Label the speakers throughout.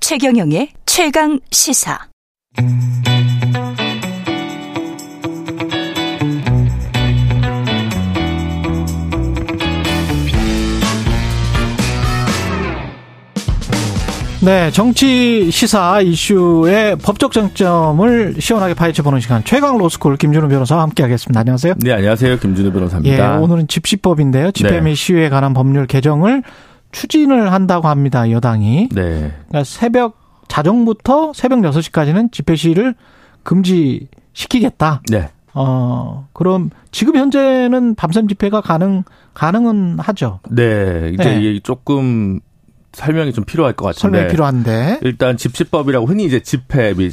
Speaker 1: 최경영의 최강 시사.
Speaker 2: 네, 정치 시사 이슈의 법적 쟁점을 시원하게 파헤쳐 보는 시간. 최강 로스쿨 김준우 변호사와 함께 하겠습니다. 안녕하세요.
Speaker 3: 네, 안녕하세요. 김준우
Speaker 2: 예,
Speaker 3: 변호사입니다.
Speaker 2: 오늘은 집시법인데요. 집회
Speaker 3: 네.
Speaker 2: 및 시위에 관한 법률 개정을 추진을 한다고 합니다. 여당이.
Speaker 3: 네.
Speaker 2: 그러니까 새벽 자정부터 새벽 6시까지는 집회 시위를 금지시키겠다.
Speaker 3: 네.
Speaker 2: 어, 그럼 지금 현재는 밤샘 집회가 가능 가능은 하죠.
Speaker 3: 네. 이제
Speaker 2: 네.
Speaker 3: 이게 조금 설명이 좀 필요할 것 같은데.
Speaker 2: 설명이 필요한데.
Speaker 3: 일단 집시법이라고 흔히 이제 집회 및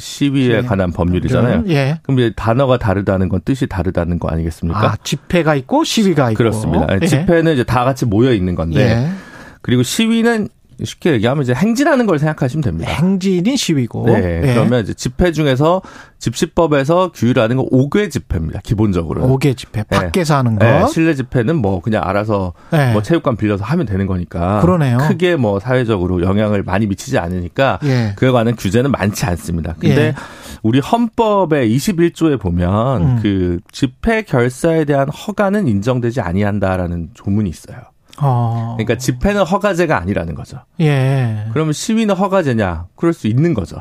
Speaker 2: 네.
Speaker 3: 시위에 관한 법률이잖아요.
Speaker 2: 예.
Speaker 3: 그럼 이제 단어가 다르다는 건 뜻이 다르다는 거 아니겠습니까?
Speaker 2: 아, 집회가 있고 시위가 있고.
Speaker 3: 그렇습니다. 아니,
Speaker 2: 예.
Speaker 3: 집회는 이제 다 같이 모여 있는 건데
Speaker 2: 예.
Speaker 3: 그리고 시위는 쉽게 얘기하면 이제 행진하는 걸 생각하시면 됩니다.
Speaker 2: 네. 행진이 시위고.
Speaker 3: 네,
Speaker 2: 예.
Speaker 3: 그러면 이제 집회 중에서 집시법에서 규율하는 건 5개 집회입니다. 기본적으로.
Speaker 2: 오개 집회
Speaker 3: 예.
Speaker 2: 밖에서 하는 거.
Speaker 3: 네, 실내 집회는 뭐 그냥 알아서
Speaker 2: 예.
Speaker 3: 뭐 체육관 빌려서 하면 되는 거니까
Speaker 2: 그러네요.
Speaker 3: 크게 뭐 사회적으로 영향을 많이 미치지 않으니까
Speaker 2: 예.
Speaker 3: 그에 관한 규제는 많지 않습니다. 근데
Speaker 2: 예.
Speaker 3: 우리 헌법의 21조에 보면
Speaker 2: 음.
Speaker 3: 그 집회 결사에 대한 허가는 인정되지 아니한다라는 조문이 있어요.
Speaker 2: 어.
Speaker 3: 그러니까 집회는 허가제가 아니라는 거죠.
Speaker 2: 예.
Speaker 3: 그러면 시위는 허가제냐? 그럴 수 있는 거죠.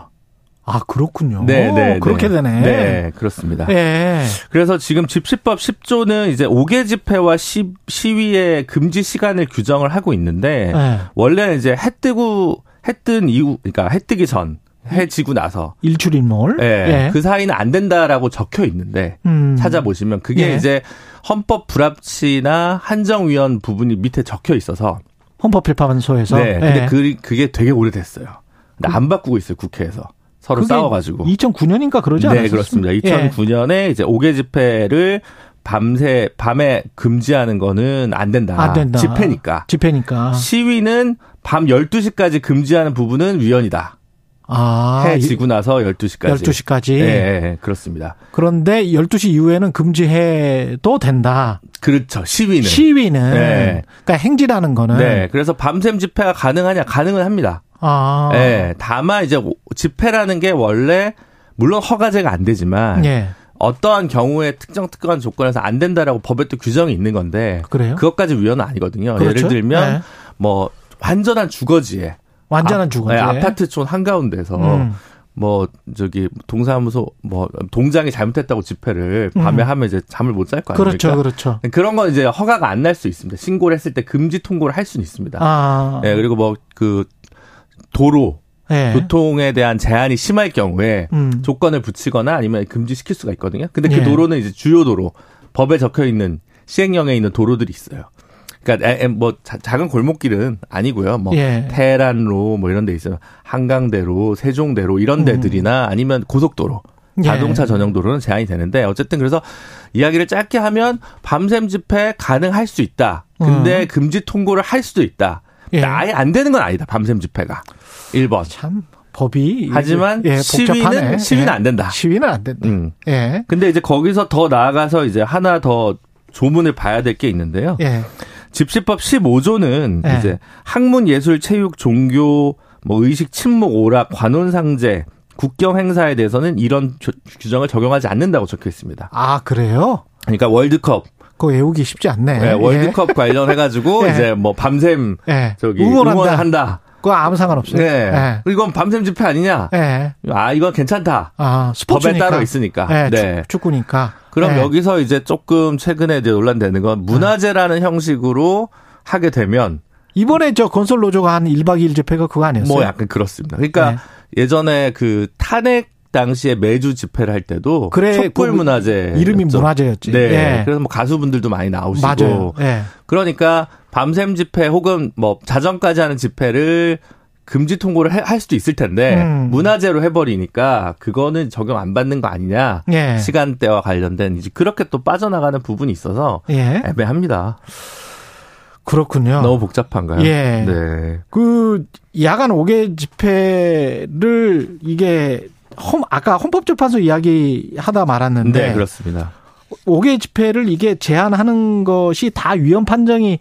Speaker 2: 아, 그렇군요.
Speaker 3: 네, 네,
Speaker 2: 그렇게
Speaker 3: 네.
Speaker 2: 되네.
Speaker 3: 네, 그렇습니다.
Speaker 2: 예.
Speaker 3: 그래서 지금 집시법 10조는 이제 5개 집회와 시, 시위의 금지 시간을 규정을 하고 있는데
Speaker 2: 예.
Speaker 3: 원래 이제 해 뜨고 해 뜬 이후 그러니까 해 뜨기 전 해 지고 나서
Speaker 2: 일출인몰.
Speaker 3: 예, 그 사이는 안 된다라고 적혀 있는데
Speaker 2: 음.
Speaker 3: 찾아보시면 그게
Speaker 2: 예.
Speaker 3: 이제 헌법 불합치나 한정위원 부분이 밑에 적혀 있어서
Speaker 2: 헌법재판소에서.
Speaker 3: 네 근데
Speaker 2: 예. 그
Speaker 3: 그 그게 되게 오래됐어요. 근데 안 바꾸고 있어요 국회에서 서로
Speaker 2: 그게
Speaker 3: 싸워가지고
Speaker 2: 2009년인가 그러지 예. 않았어요?
Speaker 3: 네 그렇습니다. 2009년에 이제 5개 집회를 밤새 밤에 금지하는 거는 안 된다.
Speaker 2: 안 된다.
Speaker 3: 집회니까
Speaker 2: 집회니까.
Speaker 3: 아. 시위는 밤 12시까지 금지하는 부분은 위헌이다.
Speaker 2: 아,
Speaker 3: 해 지고 나서 12시까지.
Speaker 2: 12시까지.
Speaker 3: 예, 예, 예, 그렇습니다.
Speaker 2: 그런데 12시 이후에는 금지해도 된다.
Speaker 3: 그렇죠. 시위는.
Speaker 2: 시위는
Speaker 3: 네.
Speaker 2: 그러니까 행진하는 거는
Speaker 3: 네. 그래서 밤샘 집회가 가능하냐? 가능은 합니다.
Speaker 2: 아.
Speaker 3: 예. 다만 이제 오- 집회라는 게 원래 물론 허가제가 안 되지만
Speaker 2: 예.
Speaker 3: 어떠한 경우에 특정 특정한 조건에서 안 된다라고 법에 또 규정이 있는 건데
Speaker 2: 그래요?
Speaker 3: 그것까지 위헌은 아니거든요.
Speaker 2: 그렇죠?
Speaker 3: 예를 들면
Speaker 2: 네.
Speaker 3: 뭐 완전한 주거지에
Speaker 2: 완전한
Speaker 3: 아-
Speaker 2: 주거지.
Speaker 3: 예, 아파트촌 한가운데서
Speaker 2: 음.
Speaker 3: 뭐 저기 동사무소 뭐 동장이 잘못했다고 집회를 밤에 하면 이제 잠을 못 잘 거 아닙니까?
Speaker 2: 음. 그렇죠, 그렇죠.
Speaker 3: 그런 건 이제 허가가 안 날 수 있습니다. 신고를 했을 때 금지 통고를 할 수는 있습니다.
Speaker 2: 아,
Speaker 3: 예, 그리고 뭐 그 도로
Speaker 2: 예.
Speaker 3: 교통에 대한 제한이 심할 경우에
Speaker 2: 음.
Speaker 3: 조건을 붙이거나 아니면 금지시킬 수가 있거든요. 근데 그
Speaker 2: 예.
Speaker 3: 도로는 이제 주요 도로 법에 적혀 있는 시행령에 있는 도로들이 있어요. 그러니까 에, 에, 뭐 자- 작은 골목길은 아니고요. 뭐
Speaker 2: 예.
Speaker 3: 테란로 뭐 이런 데 있어요. 한강대로, 세종대로 이런 데들이나 아니면 고속도로
Speaker 2: 음. 예.
Speaker 3: 자동차 전용 도로는 제한이 되는데 어쨌든 그래서 이야기를 짧게 하면 밤샘 집회 가능할 수 있다. 근데 금지 통고를 할 수도 있다.
Speaker 2: 음. 예.
Speaker 3: 근데 아예 안 되는 건 아니다. 밤샘 집회가. 1번.
Speaker 2: 참 법이
Speaker 3: 하지만
Speaker 2: 예,
Speaker 3: 시위는-
Speaker 2: 복잡하네.
Speaker 3: 시위는
Speaker 2: 예.
Speaker 3: 안 된다.
Speaker 2: 시위는 안 된다.
Speaker 3: 음.
Speaker 2: 예.
Speaker 3: 근데 이제 거기서 더 나아가서 이제 하나 더 조문을 봐야 될 게 있는데요.
Speaker 2: 예.
Speaker 3: 집시법 15조는
Speaker 2: 예.
Speaker 3: 이제 학문 예술 체육 종교 뭐 의식 친목 오락 관혼 상제 국경 행사에 대해서는 이런 조- 규정을 적용하지 않는다고 적혀 있습니다.
Speaker 2: 아, 그래요?
Speaker 3: 그러니까 월드컵,
Speaker 2: 그거 외우기 쉽지 않네.
Speaker 3: 예,
Speaker 2: 예.
Speaker 3: 월드컵 관련해가지고
Speaker 2: 예.
Speaker 3: 이제 뭐 밤샘
Speaker 2: 예.
Speaker 3: 저기
Speaker 2: 응원한다.
Speaker 3: 응원한다.
Speaker 2: 그거 아무 상관없어요.
Speaker 3: 네. 이건 밤샘 집회 아니냐?
Speaker 2: 예. 예.
Speaker 3: 아 이건 괜찮다.
Speaker 2: 아,
Speaker 3: 법에
Speaker 2: 스포츠니까.
Speaker 3: 따로 있으니까.
Speaker 2: 예,
Speaker 3: 네.
Speaker 2: 축- 축구니까.
Speaker 3: 그럼
Speaker 2: 예.
Speaker 3: 여기서 이제 조금 최근에 이제 논란되는 건 문화재라는 형식으로 하게 되면
Speaker 2: 이번에 저 건설 노조가 한 1박 2일 집회가 그거 아니었어요?
Speaker 3: 뭐 약간 그렇습니다. 그러니까
Speaker 2: 네.
Speaker 3: 예전에 그 탄핵 당시에 매주 집회를 할 때도
Speaker 2: 그래,
Speaker 3: 촛불
Speaker 2: 그
Speaker 3: 문화재
Speaker 2: 이름이 문화재였지.
Speaker 3: 예, 네.
Speaker 2: 예.
Speaker 3: 그래서 뭐 가수분들도 많이 나오시고
Speaker 2: 맞아요. 예.
Speaker 3: 그러니까 밤샘 집회 혹은 뭐 자정까지 하는 집회를 금지 통고를 해- 할 수도 있을 텐데
Speaker 2: 음.
Speaker 3: 문화재로 해버리니까 그거는 적용 안 받는 거 아니냐
Speaker 2: 예.
Speaker 3: 시간대와 관련된 이제 그렇게 또 빠져나가는 부분이 있어서
Speaker 2: 예.
Speaker 3: 애매합니다.
Speaker 2: 그렇군요.
Speaker 3: 너무 복잡한가요?
Speaker 2: 어. 예.
Speaker 3: 네.
Speaker 2: 그 야간 5개 집회를 이게 헌, 아까 헌법재판소 이야기 하다 말았는데
Speaker 3: 네, 그렇습니다.
Speaker 2: 5개 집회를 이게 제한하는 것이 다 위헌 판정이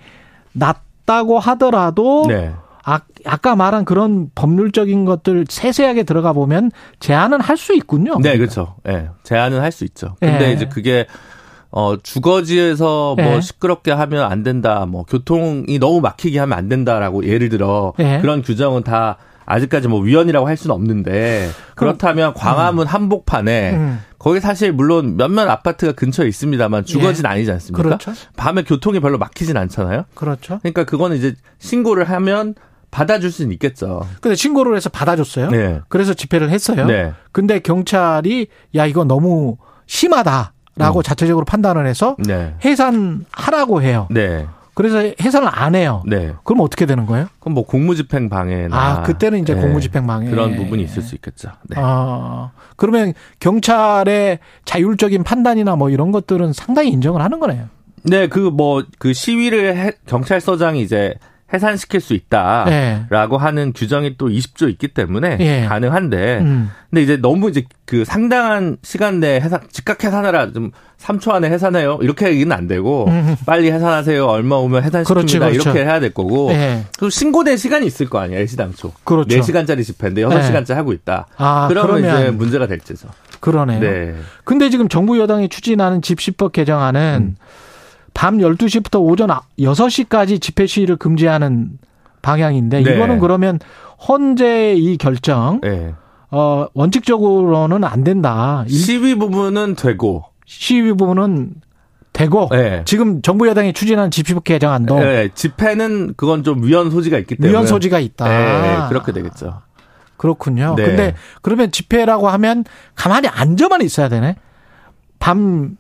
Speaker 2: 났다고 하더라도
Speaker 3: 네.
Speaker 2: 아, 아까 말한 그런 법률적인 것들 세세하게 들어가 보면 제한은 할 수 있군요.
Speaker 3: 네, 그렇죠. 예. 제한은 할 수 있죠.
Speaker 2: 예.
Speaker 3: 근데 이제 그게 어 주거지에서 뭐
Speaker 2: 예.
Speaker 3: 시끄럽게 하면 안 된다. 뭐 교통이 너무 막히게 하면 안 된다라고 예를 들어
Speaker 2: 예.
Speaker 3: 그런 규정은 다 아직까지 뭐 위헌이라고 할 수는 없는데 그렇다면 광화문 한복판에
Speaker 2: 음.
Speaker 3: 거기 사실 물론 몇몇 아파트가 근처에 있습니다만 주거진 아니지 않습니까?
Speaker 2: 그렇죠.
Speaker 3: 밤에 교통이 별로 막히진 않잖아요.
Speaker 2: 그렇죠.
Speaker 3: 그러니까 그거는 이제 신고를 하면 받아줄 수는 있겠죠.
Speaker 2: 근데 신고를 해서 받아줬어요.
Speaker 3: 네.
Speaker 2: 그래서 집회를 했어요.
Speaker 3: 네.
Speaker 2: 근데 경찰이 야 이거 너무
Speaker 3: 음.
Speaker 2: 심하다라고 자체적으로 판단을 해서
Speaker 3: 네.
Speaker 2: 해산하라고 해요.
Speaker 3: 네.
Speaker 2: 그래서 해산을 안 해요.
Speaker 3: 네.
Speaker 2: 그럼 어떻게 되는 거예요?
Speaker 3: 그럼 뭐 공무집행 방해나
Speaker 2: 아, 그때는 이제
Speaker 3: 예,
Speaker 2: 공무집행 방해.
Speaker 3: 그런 부분이 있을 수 있겠죠. 네.
Speaker 2: 아, 그러면 경찰의 자율적인 판단이나 뭐 이런 것들은 상당히 인정을 하는 거네요.
Speaker 3: 네, 그 뭐 그 시위를 해- 경찰서장이 이제 해산시킬 수 있다라고
Speaker 2: 네.
Speaker 3: 하는 규정이 또 20조 있기 때문에
Speaker 2: 예.
Speaker 3: 가능한데
Speaker 2: 음.
Speaker 3: 근데 이제 너무 이제 그 상당한 시간 내에 해산 즉각 해산하라 좀 3초 안에 해산해요 이렇게 얘기는 안 되고
Speaker 2: 음.
Speaker 3: 빨리 해산하세요 얼마 오면 해산시킵니다
Speaker 2: 그렇죠, 그렇죠.
Speaker 3: 이렇게 해야 될 거고
Speaker 2: 예.
Speaker 3: 또 신고된 시간이 있을 거 아니에요 일시당초
Speaker 2: 그렇죠. 네.
Speaker 3: 4시간짜리 집회인데 6시간째 하고 있다
Speaker 2: 아,
Speaker 3: 그러면,
Speaker 2: 그러면-
Speaker 3: 이제 문제가 될지죠
Speaker 2: 그러네요.
Speaker 3: 네.
Speaker 2: 근데 지금 정부 여당이 추진하는 집시법
Speaker 3: 음.
Speaker 2: 개정안은 밤 12시부터 오전 6시까지 집회 시위를 금지하는 방향인데
Speaker 3: 네.
Speaker 2: 이거는 그러면 헌재의 이 결정
Speaker 3: 예.
Speaker 2: 어 원칙적으로는 안 된다. 이
Speaker 3: 시위 부분은 되고
Speaker 2: 시위 부분은 되고
Speaker 3: 예.
Speaker 2: 지금 정부 여당이 어, 추진하는 집시법 개정안도
Speaker 3: 예, 집회는 그건 좀 위헌 소지가 있기 때문에
Speaker 2: 위헌 소지가 아. 있다.
Speaker 3: 예, 그렇게 되겠죠.
Speaker 2: 그렇군요.
Speaker 3: 네.
Speaker 2: 근데 그러면 집회라고 하면 가만히 앉아만 있어야 되네. 밤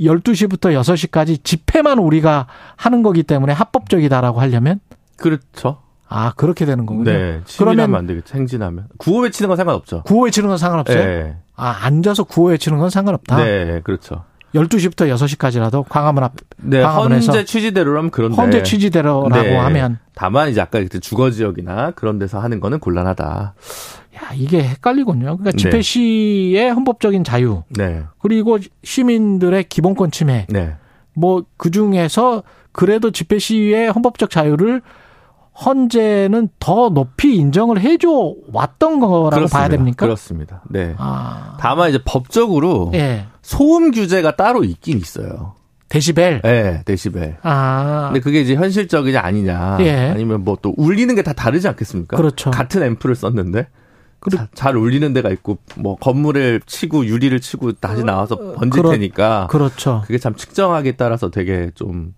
Speaker 2: 12시부터 6시까지 집회만 우리가 하는 거기 때문에 합법적이다라고 하려면
Speaker 3: 그렇죠.
Speaker 2: 아, 그렇게 되는 거군요.
Speaker 3: 네. 시위하면
Speaker 2: 그러면
Speaker 3: 안 되겠죠. 행진하면 구호 외치는 건 상관없죠.
Speaker 2: 구호 외치는 건 상관없어요?
Speaker 3: 예.
Speaker 2: 아, 앉아서 구호 외치는 건 상관없다.
Speaker 3: 네, 그렇죠.
Speaker 2: 12시부터 6시까지라도 광화문 앞
Speaker 3: 네,
Speaker 2: 광화문에서.
Speaker 3: 헌재 취지대로라면 그런데
Speaker 2: 헌재 취지대로라고
Speaker 3: 네.
Speaker 2: 하면
Speaker 3: 다만 이제 아까 그때 주거 지역이나 그런 데서 하는 거는 곤란하다.
Speaker 2: 야, 이게 헷갈리군요. 그러니까 집회
Speaker 3: 네.
Speaker 2: 시의 헌법적인 자유
Speaker 3: 네.
Speaker 2: 그리고 시민들의 기본권 침해
Speaker 3: 네.
Speaker 2: 뭐 그중에서 그래도 집회 시위의 헌법적 자유를 헌재는 더 높이 인정을 해줘 왔던 거라고 봐야 됩니까?
Speaker 3: 그렇습니다. 네.
Speaker 2: 아,
Speaker 3: 다만 이제 법적으로
Speaker 2: 예.
Speaker 3: 소음 규제가 따로 있긴 있어요.
Speaker 2: 데시벨.
Speaker 3: 예, 네, 데시벨.
Speaker 2: 아,
Speaker 3: 근데 그게 이제 현실적이지 아니냐.
Speaker 2: 예.
Speaker 3: 아니면 뭐 또 울리는 게 다 다르지 않겠습니까?
Speaker 2: 그렇죠.
Speaker 3: 같은 앰프를 썼는데
Speaker 2: 그리-
Speaker 3: 자- 잘 울리는 데가 있고 뭐 건물을 치고 유리를 치고 다시 나와서 번질
Speaker 2: 어, 그렇-
Speaker 3: 테니까
Speaker 2: 그렇죠.
Speaker 3: 그게 아, 참 측정하기에 따라서 되게 좀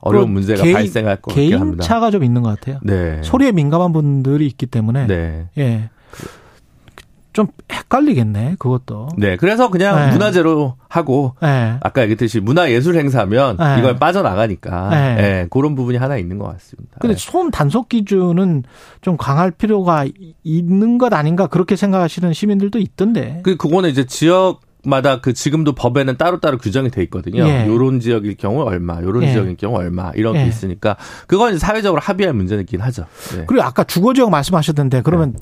Speaker 3: 어려운
Speaker 2: 그럼
Speaker 3: 문제가
Speaker 2: 개인-
Speaker 3: 발생할 것 같긴
Speaker 2: 개인
Speaker 3: 합니다.
Speaker 2: 차가 좀 있는 것 같아요.
Speaker 3: 네.
Speaker 2: 소리에 민감한 분들이 있기 때문에
Speaker 3: 네.
Speaker 2: 예. 좀 헷갈리겠네 그것도.
Speaker 3: 네. 그래서 그냥
Speaker 2: 네.
Speaker 3: 문화재로 하고
Speaker 2: 예.
Speaker 3: 아까 얘기했듯이 문화예술 행사면
Speaker 2: 네.
Speaker 3: 이걸 빠져나가니까
Speaker 2: 네.
Speaker 3: 네, 그런 부분이 하나 있는 것 같습니다.
Speaker 2: 근데 소음 단속 기준은 좀 강할 필요가 이- 있는 것 아닌가 그렇게 생각하시는 시민들도 있던데.
Speaker 3: 그 그거는 이제 지역마다 그 지금도 법에는 따로따로 규정이 돼 있거든요.
Speaker 2: 예.
Speaker 3: 요런 지역일 경우 얼마, 요런
Speaker 2: 예.
Speaker 3: 지역일 경우 얼마 이런
Speaker 2: 예.
Speaker 3: 게 있으니까 그건 이제 사회적으로 합의할 문제긴 하죠. 네.
Speaker 2: 그리고 아까 주거 지역 말씀하셨는데 그러면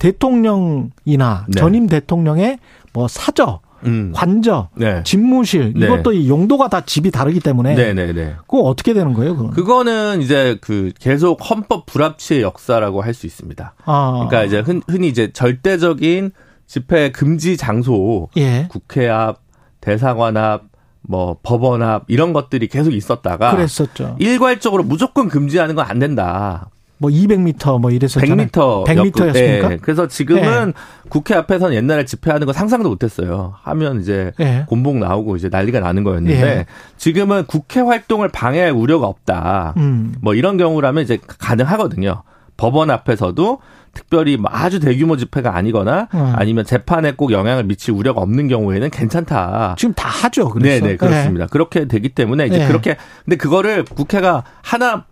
Speaker 2: 대통령이나
Speaker 3: 네.
Speaker 2: 전임 대통령의 뭐 사저,
Speaker 3: 음.
Speaker 2: 관저,
Speaker 3: 네.
Speaker 2: 집무실
Speaker 3: 네.
Speaker 2: 이것도 이 용도가 다 집이 다르기 때문에
Speaker 3: 네, 네, 네.
Speaker 2: 그거 어떻게 되는 거예요, 그건?
Speaker 3: 그거는 이제 그 계속 헌법 불합치의 역사라고 할 수 있습니다.
Speaker 2: 아.
Speaker 3: 그러니까 이제 흔, 흔히 이제 절대적인 집회 금지 장소,
Speaker 2: 예.
Speaker 3: 국회 앞, 대사관 앞, 뭐 법원 앞 이런 것들이 계속 있었다가
Speaker 2: 그랬었죠.
Speaker 3: 일괄적으로 무조건 금지하는 건 안 된다.
Speaker 2: 뭐 200m 뭐 이랬었잖아요.
Speaker 3: 100m
Speaker 2: 100m 였습니까?
Speaker 3: 예. 그래서 지금은 국회 앞에서는 옛날에 집회하는 거 상상도 못했어요. 하면 이제
Speaker 2: 예.
Speaker 3: 곤봉 나오고 이제 난리가 나는 거였는데
Speaker 2: 예.
Speaker 3: 지금은 국회 활동을 방해할 우려가 없다.
Speaker 2: 음.
Speaker 3: 뭐 이런 경우라면 이제 가능하거든요. 법원 앞에서도 특별히 뭐 아주 대규모 집회가 아니거나
Speaker 2: 음.
Speaker 3: 아니면 재판에 꼭 영향을 미칠 우려가 없는 경우에는 괜찮다.
Speaker 2: 지금 다 하죠.
Speaker 3: 네,
Speaker 2: 그래서.
Speaker 3: 네, 그렇습니다. 그렇게 되기 때문에 이제
Speaker 2: 예.
Speaker 3: 그렇게 근데 그거를 국회가 하나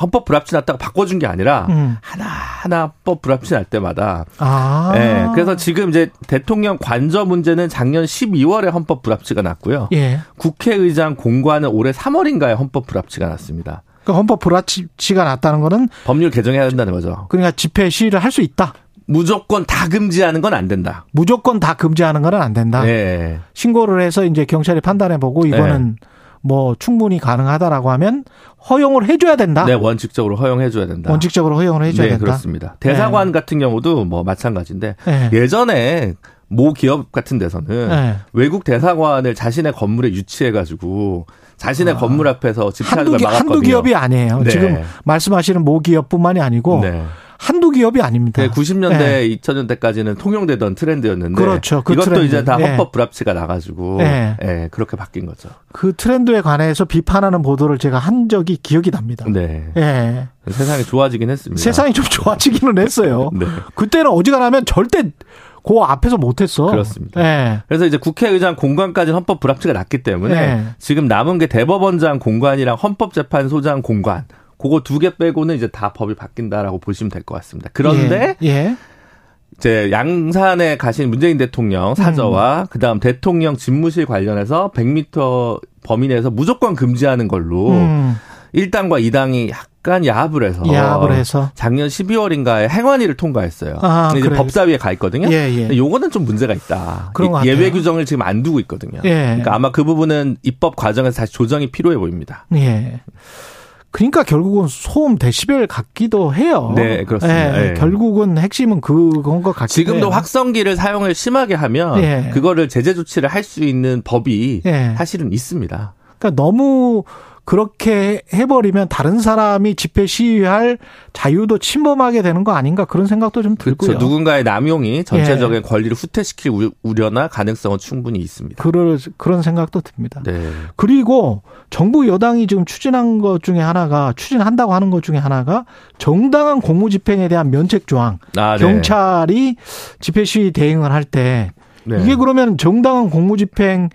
Speaker 3: 헌법 불합치났다가 바꿔준 게 아니라
Speaker 2: 예. 음.
Speaker 3: 하나 하나 헌법 불합치날 때마다.
Speaker 2: 아.
Speaker 3: 예, 그래서 지금 이제 대통령 관저 문제는 작년 12월에 헌법 불합치가 났고요.
Speaker 2: 예.
Speaker 3: 국회의장 공관은 올해 3월인가에 헌법 불합치가 났습니다.
Speaker 2: 그 헌법 불합치가 났다는 거는
Speaker 3: 법률 개정해야 된다는 거죠.
Speaker 2: 그러니까 집회 시위를 할 수 있다.
Speaker 3: 무조건 다 금지하는 건 안 된다.
Speaker 2: 무조건 다 금지하는 거는 안 된다.
Speaker 3: 예. 네.
Speaker 2: 신고를 해서 이제 경찰이 판단해 보고 이거는 뭐 충분히 가능하다라고 하면 허용을 해줘야 된다.
Speaker 3: 네, 원칙적으로 허용해줘야 된다.
Speaker 2: 원칙적으로 허용을 해줘야
Speaker 3: 네,
Speaker 2: 된다.
Speaker 3: 그렇습니다. 대사관 같은 경우도 뭐 마찬가지인데
Speaker 2: 네.
Speaker 3: 예전에 모 기업 같은 데서는
Speaker 2: 네.
Speaker 3: 외국 대사관을 자신의 건물에 유치해가지고 자신의 건물 앞에서 집회하는
Speaker 2: 아. 한두,
Speaker 3: 걸
Speaker 2: 기-
Speaker 3: 막았거든요.
Speaker 2: 한두 기업이 아니에요.
Speaker 3: 네.
Speaker 2: 지금 말씀하시는 모 기업뿐만이 아니고
Speaker 3: 네.
Speaker 2: 한두 기업이 아닙니다.
Speaker 3: 90년대,
Speaker 2: 네.
Speaker 3: 2000년대까지는 그 통용되던 트렌드였는데
Speaker 2: 그렇죠. 그
Speaker 3: 이것도
Speaker 2: 트렌드.
Speaker 3: 이제 다
Speaker 2: 네.
Speaker 3: 헌법 불합치가 나가지고
Speaker 2: 네.
Speaker 3: 예, 그렇게 바뀐 거죠.
Speaker 2: 그 트렌드에 관해서 비판하는 보도를 제가 한 적이 기억이 납니다.
Speaker 3: 네.
Speaker 2: 예.
Speaker 3: 세상이 좋아지긴 했습니다.
Speaker 2: 세상이 좀 좋아지기는 했어요.
Speaker 3: 네.
Speaker 2: 그때는 어지간하면 절대 그 앞에서 못했어.
Speaker 3: 그렇습니다.
Speaker 2: 예.
Speaker 3: 그래서 이제 국회의장 공관까지 헌법 불합치가 났기 때문에
Speaker 2: 네.
Speaker 3: 지금 남은 게 대법원장 공관이랑 헌법재판소장 공관 그거 두 개 빼고는 이제 다 법이 바뀐다라고 보시면 될 것 같습니다. 그런데
Speaker 2: 예. 예.
Speaker 3: 이제 양산에 가신 문재인 대통령 사저와 그다음 대통령 집무실 관련해서 100m 범위 내에서 무조건 금지하는 걸로
Speaker 2: 음,
Speaker 3: 1당과 2당이 약간 야합을 해서
Speaker 2: 야합을 해서
Speaker 3: 작년 12월인가에 행안위를 통과했어요.
Speaker 2: 아,
Speaker 3: 근데 이제
Speaker 2: 그래요?
Speaker 3: 법사위에 가 있거든요.
Speaker 2: 예, 예.
Speaker 3: 근데 요거는 좀 문제가 있다.
Speaker 2: 그런
Speaker 3: 이-
Speaker 2: 것 같아요.
Speaker 3: 예외 규정을 지금 안 두고 있거든요.
Speaker 2: 예.
Speaker 3: 그러니까 아마 그 부분은 입법 과정에서 다시 조정이 필요해 보입니다.
Speaker 2: 예. 그러니까 결국은 소음 데시벨 같기도 해요.
Speaker 3: 네, 그렇습니다.
Speaker 2: 예.
Speaker 3: 예.
Speaker 2: 결국은 핵심은 그건 것 같기도
Speaker 3: 지금도
Speaker 2: 해요.
Speaker 3: 확성기를 사용을 심하게 하면
Speaker 2: 예.
Speaker 3: 그거를 제재 조치를 할 수 있는 법이
Speaker 2: 예.
Speaker 3: 사실은 있습니다.
Speaker 2: 그러니까 너무 그렇게 해버리면 다른 사람이 집회 시위할 자유도 침범하게 되는 거 아닌가 그런 생각도 좀
Speaker 3: 그렇죠.
Speaker 2: 들고요.
Speaker 3: 누군가의 남용이
Speaker 2: 예.
Speaker 3: 전체적인 권리를 후퇴시킬 우- 우려나 가능성은 충분히 있습니다.
Speaker 2: 그럴, 그런 생각도 듭니다.
Speaker 3: 네.
Speaker 2: 그리고 정부 여당이 지금 추진한 것 중에 하나가 추진한다고 하는 것 중에 하나가 정당한 공무집행에 대한 면책 조항.
Speaker 3: 아, 네.
Speaker 2: 경찰이 집회 시위 대응을 할 때
Speaker 3: 네.
Speaker 2: 이게 그러면 정당한 공무집행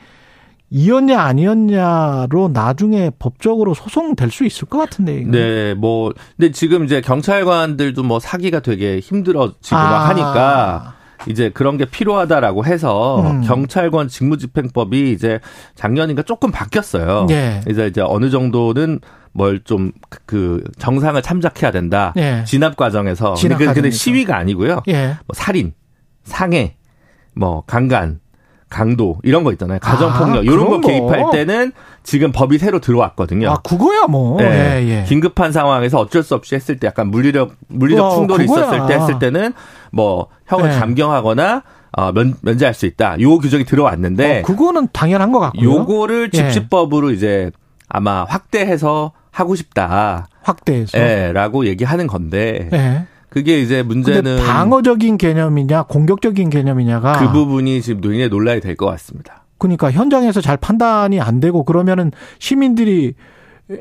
Speaker 2: 이었냐 아니었냐로 나중에 법적으로 소송될 수 있을 것 같은데. 이거.
Speaker 3: 네, 뭐 근데 지금 이제 경찰관들도 뭐 사기가 되게 힘들어지고 막
Speaker 2: 아.
Speaker 3: 하니까 이제 그런 게 필요하다라고 해서
Speaker 2: 음.
Speaker 3: 경찰관 직무집행법이 이제 작년인가 조금 바뀌었어요.
Speaker 2: 예.
Speaker 3: 그래서 이제 어느 정도는 뭘 좀 그 정상을 참작해야 된다.
Speaker 2: 예.
Speaker 3: 진압 과정에서
Speaker 2: 진압
Speaker 3: 근데, 그- 근데
Speaker 2: 과정에서.
Speaker 3: 시위가 아니고요.
Speaker 2: 예.
Speaker 3: 뭐 살인, 상해, 뭐 강간, 강도 이런 거 있잖아요. 가정 폭력
Speaker 2: 아,
Speaker 3: 이런 거
Speaker 2: 그런 거.
Speaker 3: 개입할 때는 지금 법이 새로 들어왔거든요.
Speaker 2: 아, 그거야 뭐.
Speaker 3: 예.
Speaker 2: 예, 예.
Speaker 3: 긴급한 상황에서 어쩔 수 없이 했을 때 약간 물리력 물리적
Speaker 2: 어,
Speaker 3: 충돌이
Speaker 2: 그거야.
Speaker 3: 있었을 때 했을 때는 뭐 형을
Speaker 2: 네.
Speaker 3: 감경하거나 어, 면, 면제할 수 있다. 요 규정이 들어왔는데
Speaker 2: 어, 그거는 당연한 것 같고요.
Speaker 3: 네. 요거를
Speaker 2: 예.
Speaker 3: 집시법으로 이제 아마 확대해서 하고 싶다.
Speaker 2: 확대해서.
Speaker 3: 예, 라고 얘기하는 건데
Speaker 2: 예.
Speaker 3: 그게 이제 문제는
Speaker 2: 그렇죠. 근데 방어적인 개념이냐 공격적인 개념이냐가
Speaker 3: 그 부분이 지금 굉장히 논란이 될 것 같습니다.
Speaker 2: 그러니까 현장에서 잘 판단이 안 되고 그러면은 시민들이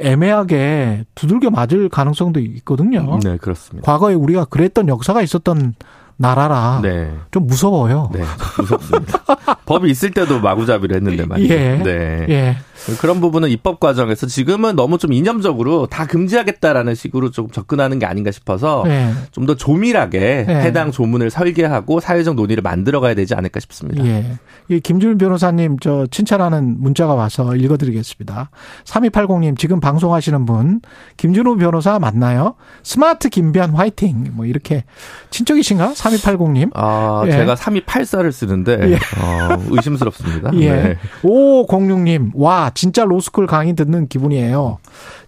Speaker 2: 애매하게 두들겨 맞을 가능성도 있거든요.
Speaker 3: 네, 그렇습니다.
Speaker 2: 과거에 우리가 그랬던 역사가 있었던 나라라
Speaker 3: 네.
Speaker 2: 좀 무서워요.
Speaker 3: 네, 무섭습니다. 법이 있을 때도 마구잡이를 했는데 말이죠.
Speaker 2: 예.
Speaker 3: 네.
Speaker 2: 예.
Speaker 3: 그런 부분은 입법 과정에서 지금은 너무 좀 이념적으로 다 금지하겠다라는 식으로 조금 접근하는 게 아닌가 싶어서
Speaker 2: 예.
Speaker 3: 좀 더 조밀하게
Speaker 2: 네.
Speaker 3: 해당 조문을 설계하고 사회적 논의를 만들어가야 되지 않을까 싶습니다.
Speaker 2: 예. 이 김준 변호사님 저 칭찬하는 문자가 와서 읽어드리겠습니다. 3280님 지금 방송하시는 분 김준호 변호사 맞나요? 스마트 김변 화이팅 뭐 이렇게 친척이신가? 3280님.
Speaker 3: 아,
Speaker 2: 예.
Speaker 3: 제가 324를 쓰는데
Speaker 2: 예.
Speaker 3: 어, 의심스럽습니다.
Speaker 2: 예.
Speaker 3: 네.
Speaker 2: 5506님, 와, 진짜 로스쿨 강의 듣는 기분이에요.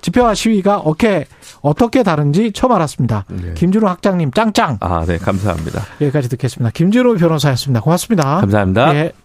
Speaker 2: 집회와 시위가 어떻게, 어떻게 다른지 처음 알았습니다.
Speaker 3: 네.
Speaker 2: 김준호 학장님, 짱짱!
Speaker 3: 아, 네, 감사합니다.
Speaker 2: 여기까지 듣겠습니다. 김준호 변호사였습니다. 고맙습니다.
Speaker 3: 감사합니다.
Speaker 2: 예.